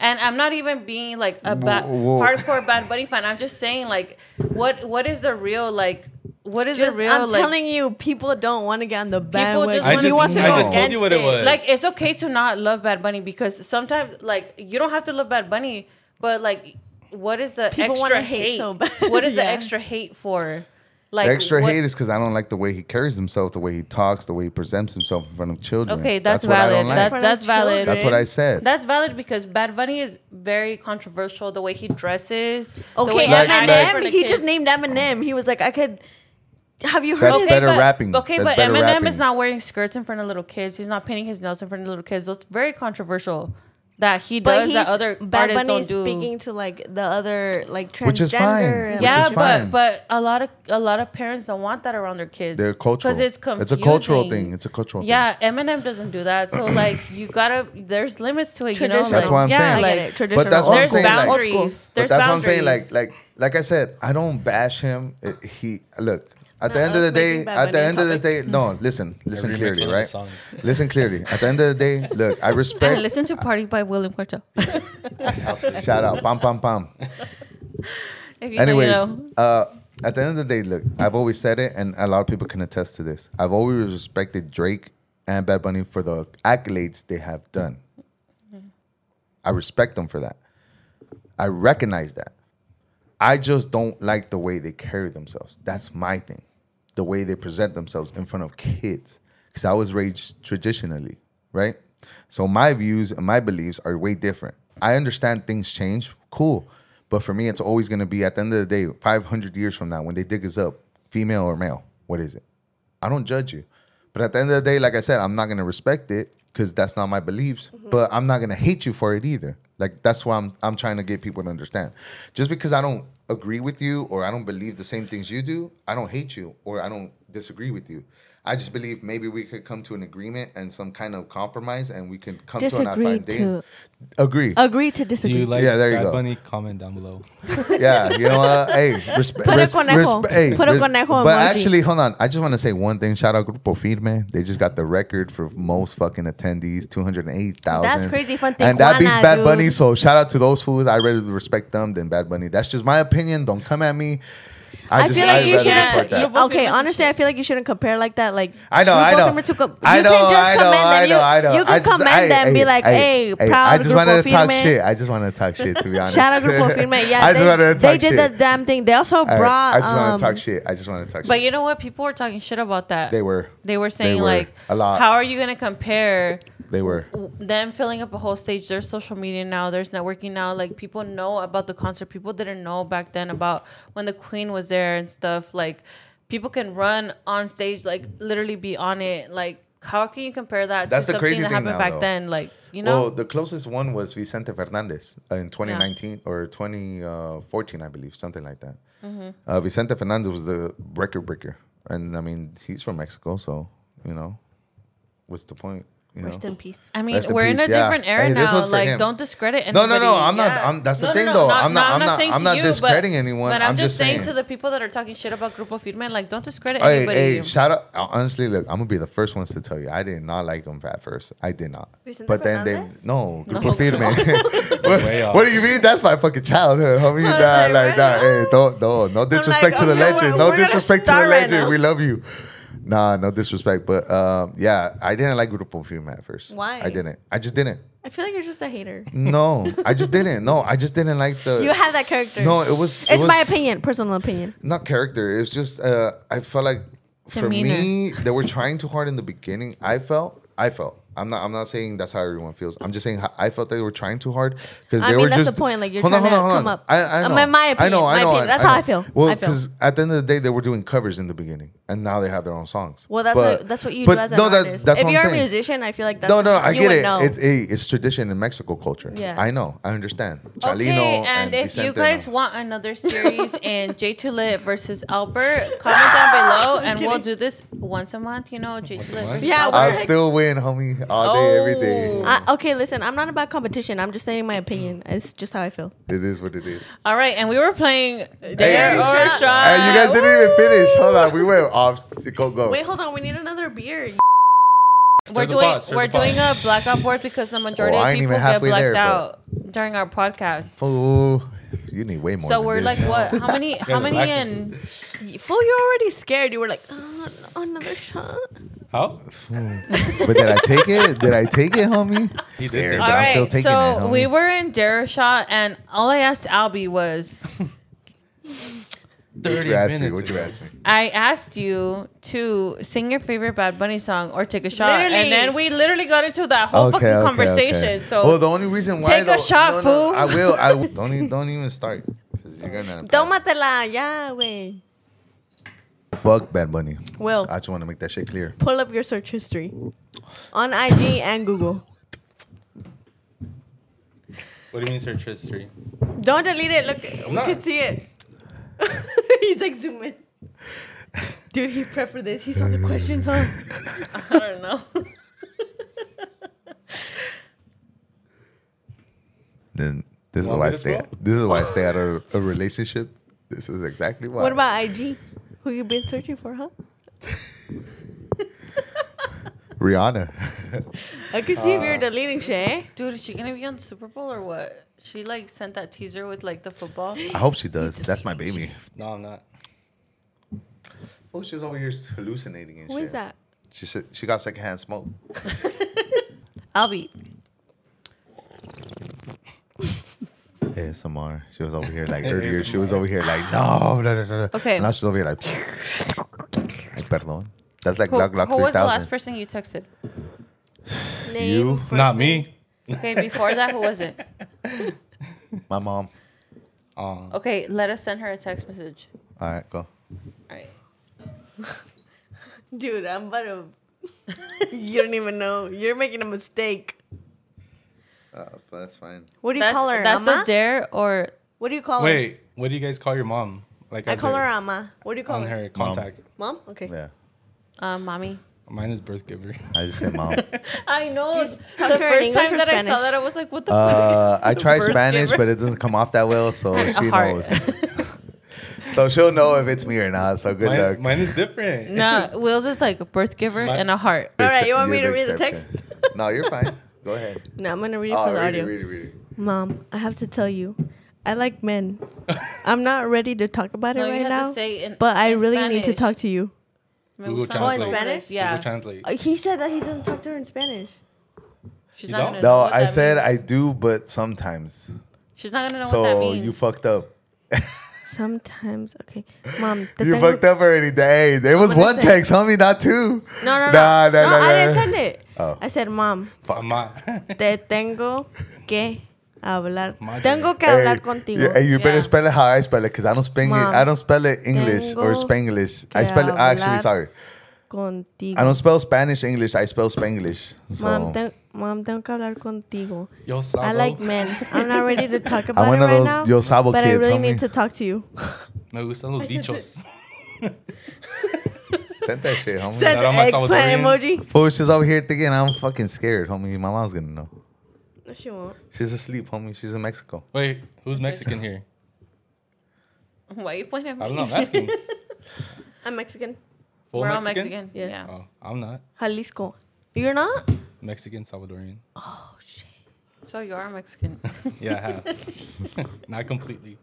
C: And I'm not even being like a bad
B: Whoa, whoa.
C: hardcore Bad Bunny fan. I'm just saying like what what is the real like what is
A: Just-
C: the real
A: I'm
C: like
A: telling you, people don't want to get on the bandwagon.
C: just I wanna
A: he
C: just-
A: wants to
C: I
A: go
C: just
D: told you what it
A: against
D: was.
C: like it's okay to not love Bad Bunny because sometimes like you don't have to love Bad Bunny, but like what is the
A: People wanna
C: extra
A: hate
C: hate?
A: so bad.
C: What is the
A: Yeah.
C: extra hate for? Like
B: The extra
C: what-
B: hate is because I don't like the way he carries himself, the way he talks, the way he presents himself in front of children.
C: Okay, that's,
B: what I
C: valid.
B: don't like.
C: That-
A: For
C: that's
A: the
C: valid.
A: children.
B: That's what I said.
C: That's valid because Bad Bunny is very controversial. The way he dresses. the way
A: Okay,
C: he
B: Like-
C: acts
B: like-
A: Eminem.
C: for the
A: he just
C: kids.
A: named Eminem. He was like, I could. Have you heard
B: That's
A: his
B: better rapping.
C: Okay,
B: That's
C: but
B: better
C: Eminem
B: rapping.
C: is not wearing skirts in front of little kids. He's not painting his nails in front of little kids. That's very controversial. That he
A: But
C: does
A: he's
C: that other
A: Bad
C: artists
A: Bunny
C: don't
A: is
C: do.
A: speaking to like the other like transgender.
B: Which is fine.
A: and-
B: Which
C: yeah,
B: is fine.
C: but but a lot of a lot of parents don't want that around their kids.
B: They're cultural.
C: because it's confusing.
B: a cultural thing. It's a cultural thing.
C: yeah, Eminem doesn't do that. So like you gotta, there's limits to it. You know,
A: Traditional.
B: That's
C: like,
B: why I'm
C: yeah,
B: saying.
A: I
C: like
A: get it. Traditional.
B: But that's what I'm
C: there's
B: saying. like-
C: boundaries.
B: But
C: There's
B: that's
C: boundaries.
B: what I'm saying. Like, like, like I said, I don't bash him. It- he look at
C: Uh,
B: the
A: No,
B: end of the
A: that's
B: day.
A: making Bad
B: At the
A: Bunny
B: end of the
A: topic.
B: day, no. Listen, listen
D: remix
B: clearly,
D: one of
B: right?
D: his songs.
B: Listen clearly. At the end of the day, look, I
C: and
B: respect.
C: listen to "Party" by William Cuarto.
B: Shout out, pam pam pam.
C: If you
B: Anyways,
C: know, you know.
B: uh, at the end of the day, look, I've always said it, and a lot of people can attest to this. I've always respected Drake and Bad Bunny for the accolades they have done. I respect them for that. I recognize that. I just don't like the way they carry themselves. That's my thing. The way they present themselves in front of kids. Because I was raised traditionally, right? So my views and my beliefs are way different. I understand things change, cool. But for me, it's always going to be at the end of the day, 500 years from now, when they dig us up, female or male, what is it? I don't judge you. But at the end of the day, like I said, I'm not gonna respect it because that's not my beliefs.
A: Mm-hmm.
B: But I'm not gonna hate you for it either. Like that's why I'm I'm trying to get people to understand. Just because I don't agree with you or I don't believe the same things you do, I don't hate you or I don't disagree with you. I just believe maybe we could come to an agreement and some kind of compromise, and we can come to
A: Disagree
B: an idea.
A: to
B: Agree.
A: agree to
D: Do
A: disagree.
D: you like
B: Yeah, there you
D: Bad
B: go.
D: Bunny? Comment down below.
B: yeah, you know what? Hey, respect.
A: Put a conejo. Put a conejo
B: But
A: emoji.
B: actually, hold on. I just want to say one thing. Shout out Grupo Firme. They just got the record for most fucking attendees, two hundred eight thousand.
A: That's crazy from
B: And that beats
A: Tijuana,
B: Bad
A: dude.
B: Bunny. So shout out to those fools. I rather respect them than Bad Bunny. That's just my opinion. Don't come at me. I,
A: I
B: just,
A: feel like
B: I'd
A: you
B: rather
A: shouldn't.
B: support that.
C: you- both
A: okay,
C: people should
A: honestly, I feel like you shouldn't compare like that. Like
B: I know,
A: you
B: I
A: go
B: know.
A: from Ritsu Cup-
B: I
A: you
B: know,
A: can just
B: I know,
A: commend
B: I
A: them. You-
B: know, I know.
A: You
B: I
A: can
B: just-
A: commend
B: I-
A: them. be
B: hey,
A: like, hey, proud.
B: I just
A: Grupo
B: wanted to talk
A: Firme."
B: shit. I just wanted to talk shit, to be honest.
A: Shout out Grupo Firme. Yeah,
B: I
A: they,
B: just wanted to
A: they
B: talk
A: did
B: shit.
A: the damn thing. They also
B: I-
A: brought.
B: I just
A: um,
B: want to talk shit. I just want to talk shit.
C: But you know what? People were talking shit about that.
B: They were.
C: They were saying
B: were.
C: like,
B: A lot.
C: How are you gonna compare
B: They were.
C: w- them filling up a whole stage? There's social media now. There's networking now. Like people know about the concert. People didn't know back then about when the Queen was there and stuff. Like people can run on stage. Like literally be on it. Like how can you compare that
B: That's
C: to
B: the
C: something
B: crazy
C: that
B: thing
C: happened
B: now,
C: back
B: though.
C: then? Like you know.
B: Well, the closest one was Vicente Fernandez uh, in 2019 or 2014, I believe, something like that.
C: Mm-hmm.
B: Uh, Vicente Fernandez was the record breaker, and I mean he's from Mexico, so you know, what's the point? You
A: Rest
B: know?
A: in peace.
C: I mean,
B: Rest in
C: we're in a
B: peace, yeah.
C: different era
B: Hey, this
C: now.
B: one's for
C: Like,
B: him.
C: don't discredit
B: No,
C: anybody.
B: no, no, I'm not-
C: Yeah.
B: I'm- that's the
C: No, no,
B: thing,
C: no,
B: though. I'm not- I'm not-
C: saying
B: I'm
C: to
B: not
C: you, but-
B: discrediting anyone.
C: But
B: I'm
C: I'm just
B: just
C: saying to
B: saying.
C: the people that are talking shit about Grupo Firme, like, don't discredit
B: Hey,
C: anybody.
B: hey, shout out! Honestly, look, I'm gonna be the first ones to tell you, I did not like him at first. I did not.
A: Vicente
B: but then
A: Fernandez?
B: they no, Grupo
C: No.
B: Firme.
D: Way
B: what,
D: off.
B: what do you mean? That's my fucking childhood,
A: I was
B: homie. Nah,
A: like,
B: like, nah,
A: what?
B: hey, don't, no, no disrespect to the
A: okay,
B: legend.
A: we're- we're
B: no
A: gonna
B: disrespect to the
A: start right
B: legend.
A: now.
B: we love you. Nah, no disrespect, but um, yeah, I didn't like Grupo Firme at first.
A: Why?
B: I didn't. I just didn't.
A: I feel like you're just a hater.
B: No, I just didn't. No, I just didn't like the.
A: You have that character.
B: No, it was. it
A: it's my
B: was-
A: opinion, personal opinion.
B: not character. It's just uh, I felt like for
C: Demeanor.
B: me they were trying too hard in the beginning. I felt, I felt. I'm not. I'm not saying that's how everyone feels. I'm just saying how I felt they were trying too hard because
A: I
B: they
A: mean,
B: were
A: that's
B: just
A: the point, like, you're
B: Hold on,
A: trying
B: hold on,
A: to
B: hold
A: come
B: on.
A: up.
B: I, I
A: Um,
B: know.
A: in my opinion,
B: I
A: my
B: know. I know.
A: opinion. That's how I feel.
B: Well,
A: I feel.
B: because at the end of the day, they were doing covers in the beginning, and now they have their own songs.
A: Well, that's
B: But-
A: what, that's what you
B: but
A: do as an
B: no, that-
A: artist.
B: that's
A: if
B: what I'm
A: you're a
B: saying.
A: musician, I feel like that's
B: No, no, I
A: you
B: get
A: would
B: it.
A: Know.
B: It's a, it's tradition in Mexico culture.
A: Yeah.
B: I know. I understand.
C: Okay,
B: Chalino
C: and, if you
B: Vicente,
C: guys want another series in J Tulit versus Albert, comment down below, and we'll do this once a month. You know, J Tulit.
D: month?
C: versus
A: Yeah,
C: Albert.
B: I still win, homie, all day, every
C: Oh.
B: day.
A: I, okay, listen, I'm not about competition. I'm just saying my opinion. It's just how I feel.
B: It is what it is.
C: All right, and we were playing Dare or
A: Hey,
C: Shot.
B: Hey, you guys didn't even finish. Hold on, we went off. Go go.
A: Wait, hold on. We need another beer.
C: we're
D: Stir the
C: doing
D: pot, stir
C: we're
D: the pot.
C: doing a blackout board because the majority
B: Oh, I
C: of
B: ain't
C: people
B: even
C: get
B: halfway
C: blacked
B: there, but-
C: out during our podcast.
B: Fool, you need way more.
C: So
B: than
C: we're like,
B: this.
C: what? How many? How
D: are
C: many
D: black.
C: in?
A: Fool, you're already scared. You were like, oh, no, another shot.
D: How?
B: But did I take it? Did I take it, homie?
D: He did
B: Scared,
D: take it.
B: but
C: All
B: I'm
C: right.
B: still
C: so
B: taking it, homie.
C: we were in Darashot, and all I asked Albie was,
B: what
D: Thirty
B: you asked me?
D: minutes.
B: What you
D: ago.
B: asked me?
C: I asked you to sing your favorite Bad Bunny song or take a shot,
A: Literally.
C: and then we literally got into that whole fucking conversation.
B: okay.
C: So
B: well, the only reason why
C: Take a
B: though-
C: shot,
B: no, no,
C: fool.
B: I will. I will. don't even don't even start because you're gonna
A: Tómatela. Yeah, way.
B: fuck Bad Bunny.
C: Oh.
A: Will,
B: I just want to make that shit clear.
A: pull up your search history on IG and Google.
D: What do you mean search history?
A: Don't delete it. Look, we
D: not.
A: can see it. He's like, zoom in. Dude, he prepped for this. He saw the questions, huh?
C: I don't know.
B: Then this is
D: Want
B: why
D: me
B: I
D: to
B: stay.
D: throw?
B: This is why I stay out of a relationship. This is exactly why.
A: What about IG? Who you been searching for, huh?
B: Rihanna?
A: I can see if you're deleting shit. eh?
C: Dude, is she gonna be on the Super Bowl or what? She like sent that teaser with like the football.
B: I hope she does. That's my baby.
D: No, I'm not.
B: Oh, she's over here hallucinating and
A: Who is that?
B: She said she got secondhand smoke.
C: Albie,
B: ASMR. She was over here like earlier. She was over here like no. Da, da, da, da.
C: Okay.
B: Now she's over here like. Ay, perdón. That's like
C: who,
B: Glock Glock
C: who was the last
B: 3000.
C: person you texted?
A: Name,
B: You?
A: first
D: not
A: name.
D: me.
C: Okay, before that, who was it?
B: My mom.
D: Oh,
C: Okay, let us send her a text message.
B: All right, go.
C: All right.
A: Dude, I'm about to. you don't even know. You're making a mistake.
B: Uh, that's fine.
A: What do you
C: That's,
A: call her?
C: that's
A: ama?
C: a dare or
A: What do you call her?
D: wait. What do you guys call your mom? Like
A: Oh. I
D: as
A: call
D: her-
A: her ama. What do you call
D: on
A: her?
D: her contact.
A: Mom? Okay.
B: Yeah.
C: Uh, mommy.
D: Mine is birth giver.
B: I just said mom.
C: I know.
A: Do you
C: The
A: talk to her in
C: first
A: English
C: time
A: or
C: that I saw
A: Spanish?
C: that, I was like, what the fuck?
B: Uh, I try
C: Birth
B: Spanish,
C: giver.
B: but it doesn't come off that well, so she
C: heart.
B: knows. so she'll know if it's me or not. So good luck.
D: Mine, mine is different.
C: No, Will's is like a birth giver
D: My-
C: and a heart.
A: All right, you want me
B: You're
A: to read the text?
B: exception. no, you're fine. Go ahead.
A: No, I'm gonna read it
B: Oh,
A: for the
B: read it,
A: audio.
B: read it, read it.
A: Mom, I have to tell you, I like men. I'm not ready to talk about it
C: No, you
A: right
C: have to
A: now,
C: say in-
A: but I
C: in
A: really need to
C: Spanish.
A: talk to you.
C: Me
D: Google
C: gusta-
D: Translate. Oh, in
A: Spanish?
D: Google
C: Yeah.
D: translate.
A: Uh, He said that he doesn't talk to her in Spanish.
C: She's
D: You
C: not
D: don't?
C: gonna know
B: No,
C: what
B: I
C: that
B: said
C: means.
B: I do, but sometimes.
C: She's not gonna know what that
B: So
C: means.
B: you fucked up.
A: Sometimes, okay, Mom. te
B: you
A: tengo-
B: fucked up already. Hey, there was
A: gonna
B: one
A: say-
B: text, homie, not two.
A: No, no, no,
B: Nah, nah,
A: no.
B: nah,
A: I
B: nah.
A: didn't send it.
B: Oh.
A: I said, Mom,
D: Mama.
A: te tengo que hablar.
D: Madre.
A: Tengo que
B: Hey,
A: hablar contigo.
B: yeah, Hey, you better
C: Yeah.
B: spell it how I spell it, cause I don't spell
A: Mom,
B: it. I don't spell it English or
A: tengo
B: Spanglish. I
A: que
B: spell it. ah, Actually,
A: hablar
B: sorry. I
A: contigo.
B: don't spell Spanish English. I spell Spanglish. So
A: Mom, te- Mom, tengo que hablar contigo.
D: Yo, Sabo.
A: I like men. I'm not ready to talk about
B: I'm one
A: it
B: of
A: right
B: those
A: now.
B: Yo Sabo
A: but I
B: kids,
A: really
B: homie.
A: need to talk to you.
D: Me gustan los bichos.
B: send that shit, homie.
A: Said
D: Not
A: the
D: on my
A: eggplant
D: Salvadorian.
A: emoji.
B: Fool, she's over here thinking I'm fucking scared, homie. My mom's gonna know.
A: No, she won't.
B: She's asleep, homie. She's in Mexico.
D: Wait, who's Mexican here?
C: Why you pointing at me?
D: I don't know. I'm asking.
A: I'm Mexican.
D: Full
C: We're all Mexican.
A: Yeah.
C: yeah.
D: Oh, I'm not
A: Jalisco. You're not?
D: Mexican Salvadorian.
A: Oh shit.
C: So you are Mexican.
D: Yeah, I have. not completely.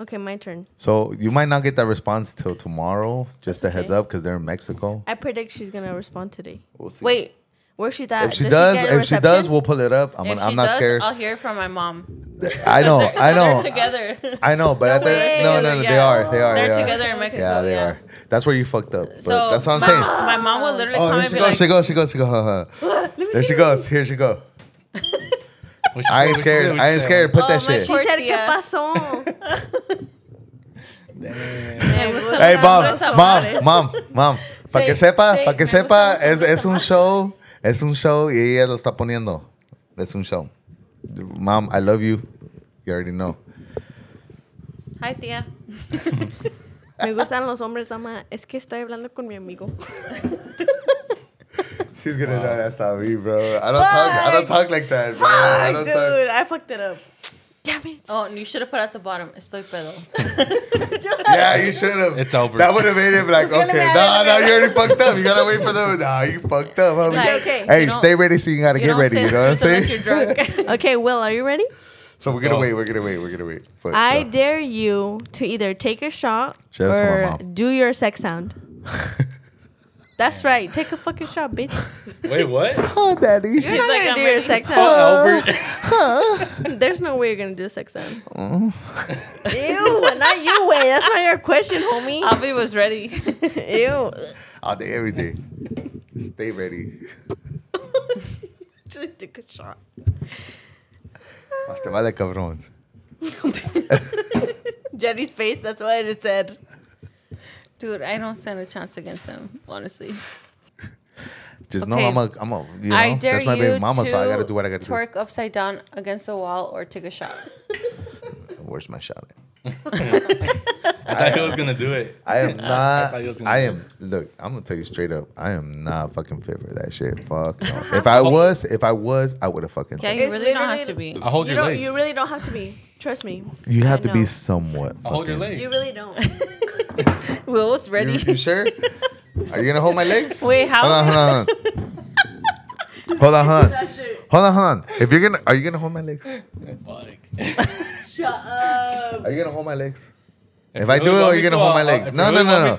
A: Okay, my turn.
B: So you might not get that response till tomorrow. Just a heads
A: okay.
B: up, cause they're in Mexico.
A: I predict she's gonna respond today.
B: We'll see.
A: Wait, where's she
C: uh,
A: at?
B: If she does,
A: get
B: if
A: a
B: she does,
A: reception?
B: we'll pull it up. I'm,
C: if
B: gonna,
C: she
B: I'm not
C: does,
B: scared.
C: I'll hear from my mom.
B: I know, I know,
C: They're together.
B: I know. But at
A: way.
B: the no, no, no, they are, they
C: They're
B: are, they are.
C: together in Mexico.
B: Yeah, they are. That's where you fucked up. But
C: So
B: that's what I'm
C: my,
B: saying.
C: My mom will literally come
B: Oh, here
C: and
B: she
C: be
B: goes,
C: like,
B: she goes, she goes, she goes, huh, huh. There she goes. Here she go.
D: What she
B: I
D: said,
B: ain't
D: what she said,
B: scared.
D: what
B: I
D: she
B: ain't
D: said.
B: scared. Put
C: Oh,
B: that
C: my
B: shit.
A: she said, ¿Qué
C: Portia.
A: pasó?
C: "Me gustan
B: Hey,
C: los
B: mom,
C: hombres amables."
B: mom, mom, mom. Para
C: Sí,
B: que sepa,
C: sí,
B: para que
C: me
B: sepa,
C: gustan
B: es,
C: los
B: es un show, es un show y ella lo está poniendo. Es un show. Mom, I love you. You already know.
C: Hi, tía.
A: Me gustan los hombres, ama. Es que estoy hablando con mi amigo.
B: She's gonna know that's not me, bro. I don't talk. I don't talk like that, bro. I
A: Fuck,
B: don't
A: dude,
B: talk.
A: I fucked it up. Damn it.
C: Oh, and you should have put at the bottom. Estoy pedo.
B: Yeah, you should have.
D: It's over.
B: That would have made him like,
A: gonna
B: okay,
A: be
B: no,
A: out
B: no,
A: of
B: you already fucked up. You gotta wait for them. Nah, you fucked up. homie.
C: Like,
A: okay,
B: hey,
C: you don't-
B: stay ready so you gotta
C: You
B: get
C: don't
B: ready.
C: say
B: You know what I'm
C: this unless
B: saying?
C: You're drunk.
A: Okay, Will, are you ready?
B: So we're gonna
D: go.
B: wait. We're gonna wait. We're gonna wait. But,
A: I
B: uh,
A: dare you to either take a shot
B: Shout out to my
A: or
B: mom.
A: do your sex sound. That's right. Take a fucking shot, bitch.
D: Wait, what?
B: Oh, daddy.
A: You're
C: He's
A: not
C: like,
A: gonna
C: "I'm
A: do your
C: ready."
A: sex sound.
D: Albert.
A: There's no way you're gonna do a sex sound.
B: Mm.
A: Ew, not you way. That's not your question, homie.
C: Abby was ready.
A: Ew.
B: All day, every day. Stay ready.
A: Just take a shot.
B: Más te vale, cabrón.
A: Jenny's face, that's what I just said.
C: Dude, I don't stand a chance against them, honestly.
B: Just know
C: Okay.
B: I'm a, I'm a, you know,
C: I dare
B: that's my
C: you
B: baby mama,
C: to
B: so I gotta do what I gotta
C: twerk upside down against the wall or take a shot.
B: do. Where's my shot at?
D: I thought he was gonna do it.
B: I am
D: I
B: not.
D: thought he was
B: I,
D: gonna do
B: am. Look, I'm gonna tell you straight up. I am not fucking fit for that shit. Fuck. No. If I was, if I was, I would have fucking.
C: Yeah,
B: done
C: you
A: It's
C: really don't have
A: literally-
C: to be.
D: I hold
A: You
D: your
A: don't.
D: legs.
A: You really don't have to be. Trust me.
B: it. You have
A: I
B: to be
A: know.
B: somewhat.
D: I hold
B: fucking-
D: your legs.
A: You really don't.
C: Will was
B: You,
C: ready.
B: you sure? Are you gonna hold my legs?
C: Wait, how?
B: Hold on, hold on, hold on, hold on, hold on, hold on. If you're gonna, are you gonna hold my legs?
D: Fuck.
A: Shut up.
B: Are you gonna hold my legs? If I do it, are you gonna hold my legs? No, no, no, no.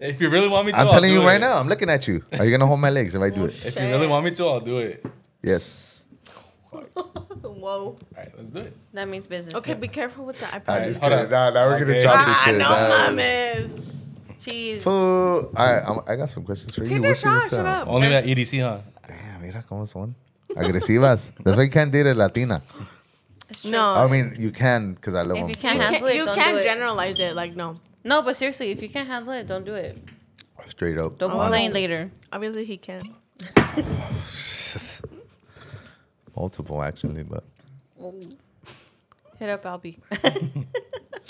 D: If you really want me to,
B: I'm
D: I'll
B: telling
D: do
B: you
D: it.
B: right now. I'm looking at you. Are you gonna hold my legs if I do it?
D: If you really want me to, I'll do it. All
B: Yes.
A: Whoa.
D: right, let's do it.
C: That means business.
A: Okay, be careful with the
B: I
A: iPad.
B: just
D: hold
B: kidding.
D: on.
B: Nah, nah, we're gonna
D: Okay.
B: drop this
A: Ah,
B: shit.
A: no
B: Nah.
A: mames.
C: Cheese.
B: Fool. All right, I'm, I got some questions for you.
A: Take
B: We'll
A: a
B: see what's
A: shot. Shut
B: up.
A: up.
D: Only at
B: E
D: EDC, huh?
B: Damn, mira cómo son. Agresivas. That's why you can't date a Latina.
C: It's true.
A: No.
B: I mean, you can because I love
C: If you
B: them.
C: can't
A: You
C: handle
A: can't,
C: it,
A: you
C: don't do
A: can't
C: it.
A: generalize it. Like, no.
C: no, but seriously, if you can't handle it, don't do it.
B: Straight up.
C: Don't
A: Oh.
B: honest.
C: complain later.
A: Obviously, he can.
B: Multiple, actually, but
C: Hit up Albie.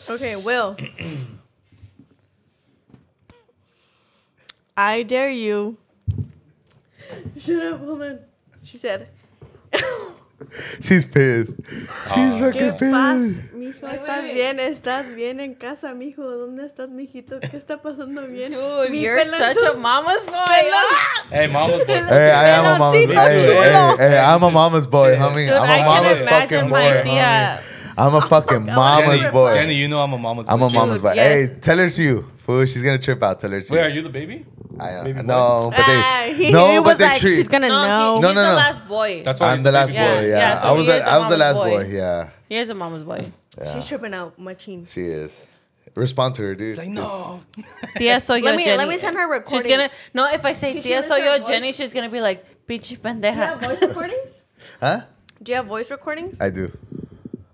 A: Okay, Will. I dare you. Shut up, hold on. She said,
B: She's pissed. She's
C: Oh.
A: ¿Qué
B: fucking pissed.
A: pasa, mijo?
C: Ay,
A: ¿Estás
C: güey.
A: bien? ¿Estás bien en casa, mijo? ¿Dónde estás, mijito? ¿Qué está pasando bien?
C: Dude,
A: Mi
C: you're
A: pelonzo-
C: such a mama's boy.
D: Hey, mama's boy.
B: Hey, I am a mama's
A: Peloncito
B: boy. Hey, hey,
A: chulo.
B: hey, I'm a mama's boy, homie.
C: Dude,
B: I'm
C: I
B: a
C: can
B: mama's
C: imagine
B: fucking
C: my
B: boy,
C: tia.
B: homie. I'm a fucking mama's
D: Jenny,
B: boy.
D: Jenny, you know I'm a mama's
B: I'm
D: boy.
B: a mama's
C: Dude,
B: boy.
C: yes.
B: Hey, tell her it's you. Fool, she's gonna trip out. Tell her it's you.
D: Wait, are you the baby?
B: I am.
D: Baby boy?
B: no, but they,
A: Ah, he,
B: no,
A: he
B: but
A: was
B: they
A: like,
B: treat.
A: she's gonna
C: No,
A: know.
C: he-
B: No,
C: he's
B: no,
C: the
B: no.
C: last boy.
D: That's why
B: I'm
D: he's
B: the last
D: baby
C: Yeah,
B: boy. Yeah,
C: yeah, so
B: I was.
C: he is
B: The,
C: a
B: I was the last
C: mama's
B: boy.
C: boy.
B: Yeah,
C: He is a mama's boy.
B: yeah.
A: She's tripping out my chin.
B: She is. Respond to her, dude.
D: Like, no.
C: Tia soy yo,
A: Let me
C: Jenny.
A: let me send her a recording.
C: She's gonna no. If I say
A: Can she
C: Tia
A: listen
C: soy
A: to
C: yo,
A: her voice?
C: Jenny, she's gonna be like, "Bitch,
A: Do you have
C: pendeja."
A: voice recordings?
B: Huh?
A: Do you have voice recordings?
B: I do.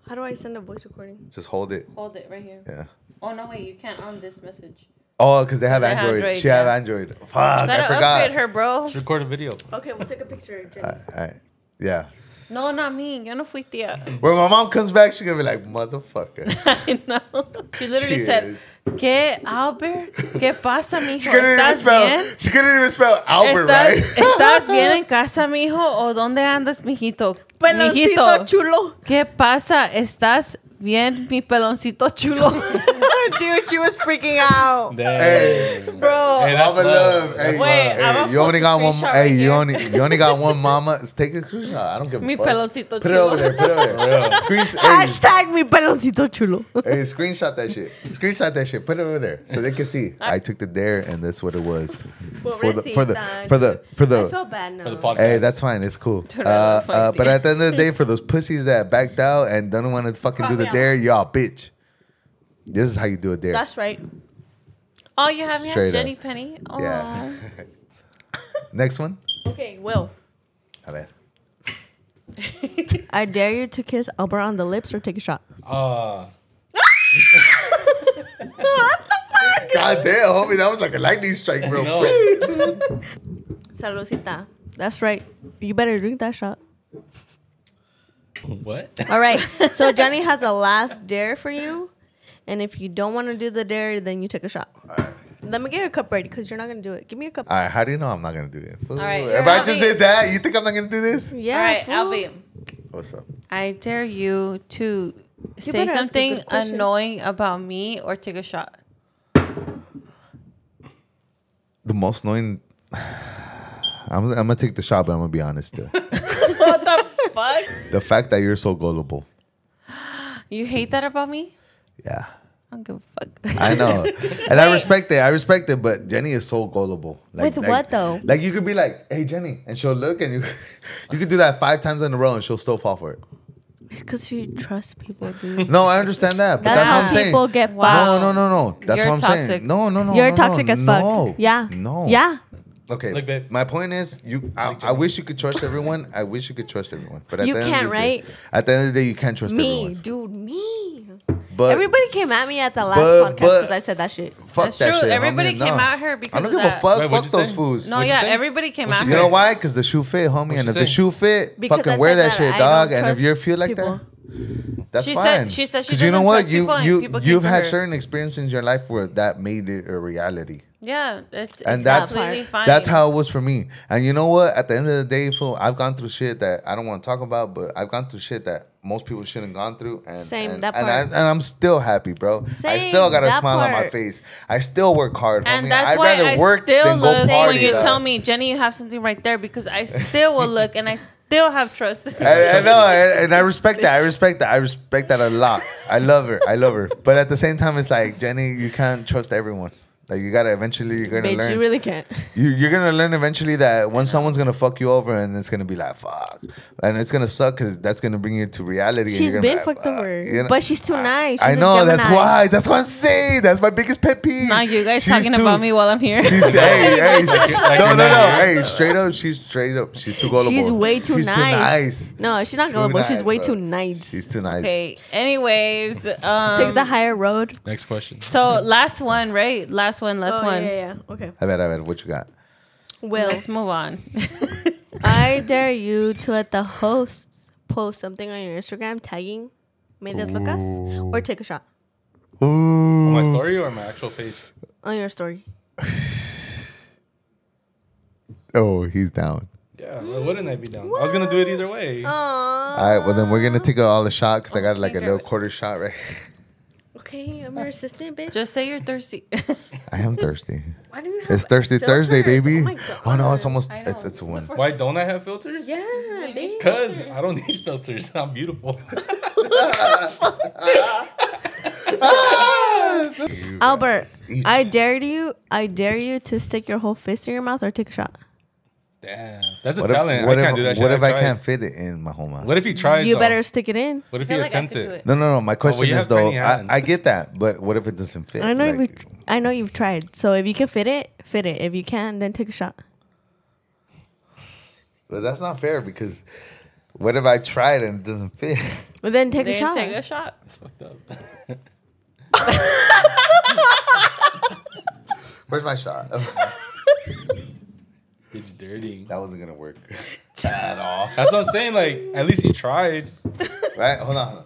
A: How do I send a voice recording?
B: Just hold it.
C: Hold it right here.
B: Yeah.
C: Oh no, wait, you can't on this message.
B: Oh, because they have
C: They have
B: Android.
C: Android,
B: She have
C: yeah.
B: Android. Fuck, I
C: Gotta
B: forgot.
C: upgrade her, bro.
D: Just record a video.
A: Okay, we'll take a picture. Jenny.
B: I, I, yeah.
C: No, not me. Yo no fui tía.
B: When my mom comes back, she's gonna be like, motherfucker.
C: I know. She literally
B: She
C: said,
B: is.
C: "¿Qué, Albert? ¿Qué pasa, mijo?
B: She couldn't even
C: ¿Estás
B: spell.
C: bien?
B: She couldn't even spell
C: ¿Estás,
B: Albert right.
C: ¿Estás bien en casa, mijo? ¿O dónde andas, mijito?
A: Peloncito chulo.
C: ¿Qué pasa? ¿Estás bien, mi peloncito chulo? Dude, she was freaking out.
D: Damn.
B: hey,
C: Bro.
D: Hey,
B: mama
D: that's love.
B: love. Hey,
D: That's
C: Wait,
B: hey,
C: I'm gonna
B: you only
C: post a
B: got one.
C: screenshot
B: Hey,
C: right
B: you
C: here.
B: only you only got one mama. Take a screenshot. I don't give a
C: Mi
B: fuck.
C: peloncito
B: Put it
C: chulo.
B: over there. Put it over there.
D: Real.
B: Screens- hey,
A: Hashtag mi peloncito chulo.
B: hey, screenshot that shit. Screenshot that shit. Put it over there so they can see. I took the dare, and that's what it was. For the for the for the for
A: I
B: the.
A: feel bad now.
D: For the podcast.
B: Hey, that's fine. It's cool. Uh,
C: Dude, I love
B: uh,
C: Feisty.
B: but at the end of the day, for those pussies that backed out and don't want to fucking do the dare, y'all bitch. This is how you do a dare.
A: That's right.
C: Oh, you have me at
B: Straight up.
C: Jenny Penny? Oh.
B: Yeah. Next one.
A: Okay, Will.
B: A ver.
A: I dare you to kiss Albert on the lips or take a shot.
D: Uh,
B: God damn, homie, that was like a lightning strike, bro.
D: no.
A: Saludcita. That's right. You better drink that shot.
D: what?
A: All right. So Johnny has a last dare for you, and if you don't want to do the dare, then you take a shot. Let me get your cup ready because you're not gonna do it. Give me your cup.
B: All right, how do you know I'm not gonna do it? Fool.
C: right,
B: if
C: you're
B: I
C: out.
B: just did that, you think I'm not gonna do this?
A: yeah.
C: All right,
A: fool.
C: Albie.
B: What's up?
C: I dare you to say
A: better ask a
C: something
A: good question.
C: annoying about me or take a shot.
B: The most annoying. I'm, I'm gonna take the shot, but I'm gonna be honest still.
C: Fuck.
B: the fact that you're so gullible.
C: You hate that about me?
B: Yeah,
C: I don't give a fuck.
B: I know, and I respect it. I respect it, but Jenny is so gullible. Like,
A: With
B: like-
A: what, though?
B: Like you could be like, "Hey, Jenny," and she'll look, and you you could do that five times in a row, and she'll still fall for it.
A: Because you trust people, dude.
B: No, I understand that, but
A: That's,
B: that's, what
A: how
B: I'm saying.
A: people get
C: Wow.
A: wow.
B: No, no, no, no. That's
C: You're
B: what I'm
C: toxic.
B: saying. No, no, no.
A: You're
B: no,
A: toxic
B: no,
A: as fuck.
B: No.
A: Yeah.
B: No.
A: Yeah.
B: Okay.
D: Look, babe.
B: My point is, you. I, I wish you could trust everyone. I wish you could trust everyone. But at
A: You
B: the end
A: can't,
B: of the
A: right?
B: Day, at the end of the day, you can't trust
A: Me,
B: everyone.
A: dude. Me.
B: But
A: Everybody came at me at the last
B: but-
A: podcast
B: but-
A: because I said that shit.
B: fuck
C: That's
B: that
C: true.
B: shit. homie.
C: Everybody
B: No.
C: came at her because
B: I don't
C: of
B: give
C: that.
B: a fuck.
D: Wait,
B: fuck
D: what'd you
B: those
D: say?
B: fools.
C: No,
D: What'd you
C: yeah,
D: say?
C: everybody came
D: What'd
C: out.
D: you
B: You know why? Because the shoe fit, homie,
D: What'd
B: and
D: you
B: if the
D: say?
B: shoe fit,
A: Because I
B: fucking wear
A: said
B: that,
A: that I
B: shit,
A: don't
B: dog. And if
A: trust
B: you feel like
A: people.
B: that, that's
C: She said-
B: fine.
C: she said she
B: 'Cause you know
C: doesn't
B: what?
C: trust
B: You
C: people and
B: you
C: people came
B: you've
C: for
B: had
C: her.
B: certain experiences in your life where that made it a reality.
C: Yeah, it's, it's
B: and that's
C: completely fine.
B: that's how it was for me. And you know what? At the end of the day, fool, I've gone through shit that I don't want to talk about, but I've gone through shit that most people shouldn't gone through. And
A: Same,
B: and,
A: that
B: and, I,
A: part.
B: and I'm still happy, bro. I
A: Same,
B: still got a
A: that
B: smile on my
A: part.
B: face. I still work hard,
C: And
B: homie.
C: that's
B: I'd
C: why
B: rather
C: I
B: work
C: still
B: than go
C: look
B: party,
C: when you
B: dog.
C: tell me, Jenny, you have something right there because I still will look and I still have trust. in you.
B: I, I know, and, and I respect that. I respect that. I respect that a lot. I love her. I love her. But at the same time, it's like Jenny, you can't trust everyone. Like you gotta eventually, you're gonna
A: Bitch,
B: learn.
A: you really can't.
B: You, you're gonna learn eventually that when someone's gonna fuck you over, and it's gonna be like fuck, and it's gonna suck because that's gonna bring you to reality. and
A: She's
B: you're gonna
A: been
B: be like,
A: fucked over,
B: "Fuck," you know?
A: but she's too nice. She's
B: I
A: a
B: know that's
A: Gemini.
B: why. That's what I'm saying. That's my biggest pet peeve.
C: now you guys
B: She's
C: talking
B: too-
C: about me while I'm here.
B: She's, hey, hey, she's-
D: Like
B: no,
D: you're
B: no, no.
D: not
B: Hey, straight up, she's straight up. She's too gullible.
A: She's way too
B: She's
A: nice.
B: too nice.
A: No, she's not
B: Too
A: gullible. she's
B: nice,
A: way
B: bro.
A: too nice.
B: She's too nice.
C: okay. Anyways, um,
A: Take the higher road.
D: Next question.
C: so last one, right? Last one. Last
A: Oh,
C: one.
A: Yeah, yeah. Okay.
B: I bet, I bet. What you got?
A: Will,
C: Let's move on.
A: I dare you to let the hosts post something on your Instagram tagging Mendes Lucas or take a shot
B: Ooh.
D: My story or my actual page?
A: on your story.
B: Oh, he's down.
D: Yeah, why wouldn't I be down? I was gonna do it either way.
B: Uh, All right, well then we're gonna take all the shot because I got like a
C: Okay,
B: little
C: good.
B: quarter shot right.
A: Okay, I'm your assistant, bitch.
C: Just say you're thirsty.
B: I am thirsty.
A: Why do you have
B: It's thirsty
A: filters?
B: Thursday, baby.
A: Oh,
B: Oh,
A: my God.
B: no, it's almost
C: I know.
B: it's, it's
C: What
B: one.
C: the
D: Why don't I have filters?
A: Yeah, baby.
D: Cause I don't need filters. I'm beautiful.
A: Albert,
B: Eat.
A: I dare you. I dare you to stick your whole fist in your mouth or take a shot.
D: Damn, that's a
B: What if,
D: talent.
B: what
D: I
B: if,
D: can't do that shit.
B: what if I
D: tried.
B: can't fit it in my whole mouth?
D: What if he tries?
A: you
D: though?
A: better stick it in.
D: What if
C: I
D: he
C: feel like I
D: attempts
C: could do
D: it?
C: it.
B: No, no, no. My question
D: you
B: is
D: have tiny
B: though, I,
D: hands.
B: I get that, but what if it doesn't fit?
A: I know
B: Like,
A: you've. I know you've tried. So if you can fit it, fit it. If you can, then take a shot.
B: but that's not fair because what if I try it and it doesn't fit?
A: But then take a
C: Then
A: shot.
C: take a shot.
D: It's fucked up.
B: Where's my shot?
D: It's dirty.
B: that wasn't gonna work at all.
D: That's what I'm saying. Like, at least he tried.
B: Right? Hold on. hold on.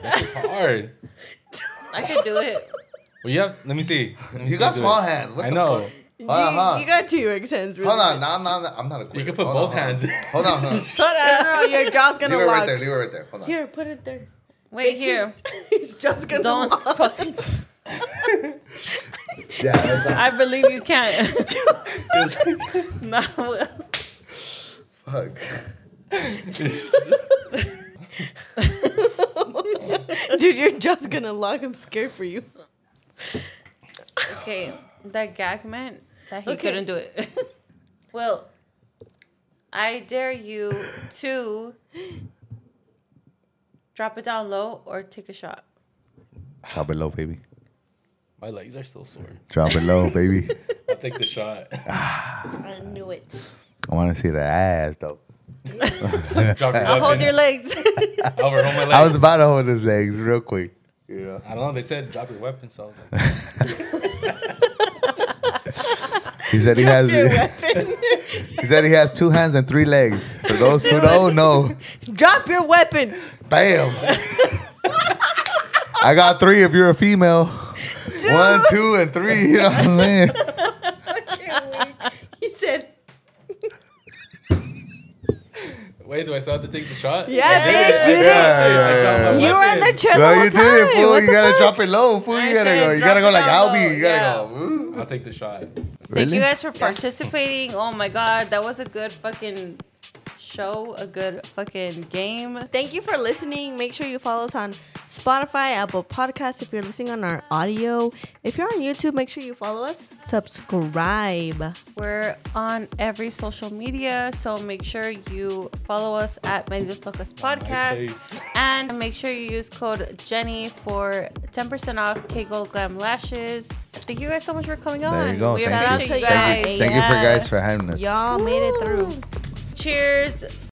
D: It's hard.
C: I could do it.
D: Well, you have. Let me see. Let me see
B: You got
D: who do
B: small
D: it.
B: hands. What
D: I
B: the
D: know.
B: fuck? Hold on, hold on.
A: got two extends.
B: Ah. Hold on. No, I'm not. I'm not a quitter.
D: You can put
B: Hold
D: both
B: on,
D: hands.
B: Hold on. Hold on. Hold on.
C: Shut
A: No, your jaw's gonna
B: Leave it
A: lock.
B: right there. Leave it right there. Hold on.
A: Here, put it there.
C: Wait here.
A: He's just gonna
C: Don't fucking.
B: Yeah. that's not-
C: I believe you can't. no.
B: Fuck.
A: Dude, you're just gonna lock. I'm scared for you.
C: Okay, that gag meant that he
A: Okay.
C: couldn't do it. well, I dare you to drop it down low or take a shot.
B: Drop it low, baby.
D: My legs are still sore.
B: Drop it low, baby.
D: I'll take the shot.
C: I knew it.
B: I want to see the ass though.
D: Drop your
C: I'll hold
D: weapon.
C: your legs.
D: Albert, hold my legs.
B: I was about to hold his legs real quick. You know.
D: I don't know. They said drop your weapon, so I was like,
B: He said he has. he said he has two hands and three legs. For those who don't know,
A: Drop your weapon.
B: bam. I got three if you're a female. One, two, and three. You know what I'm saying?
A: He said,
D: "Wait, do I still have to take the shot?"
A: "Yeah,
D: I did it.
A: bitch, you
D: I
A: did
D: got-
A: it.
B: Yeah, yeah,
D: I dropped my
B: yeah.
A: You were in
D: weapon.
A: the chair the
B: No,
A: whole
B: you
A: time.
B: did it, fool.
A: What
B: You
A: the
B: gotta
A: fuck?
B: drop it low, fool. You
C: I
B: gotta
C: said
B: go. You
C: drop
B: gotta go
C: it
B: like
C: down
B: Albie.
C: low,
B: You gotta
C: yeah.
B: go. Ooh.
D: I'll take the shot.
C: Thank
B: Really?
C: you guys for participating. Oh my god, that was a good fucking show, a good fucking game.
A: Thank you for listening. Make sure you follow us on Spotify, Apple Podcasts if you're listening on our audio. If you're on YouTube, make sure you follow us. Subscribe.
C: We're on every social media, so make sure you follow us at Medios Locas Podcast.
D: MySpace.
C: And make sure you use code Jenny for 10% off K Gold Glam Lashes. Thank you guys so much for coming on.
B: There you go.
C: We
B: Thank
A: you.
C: appreciate you
A: Shout out
C: guys.
A: to
B: Thank you for
A: Yeah.
B: guys for having us.
A: Y'all made it through.
C: Cheers.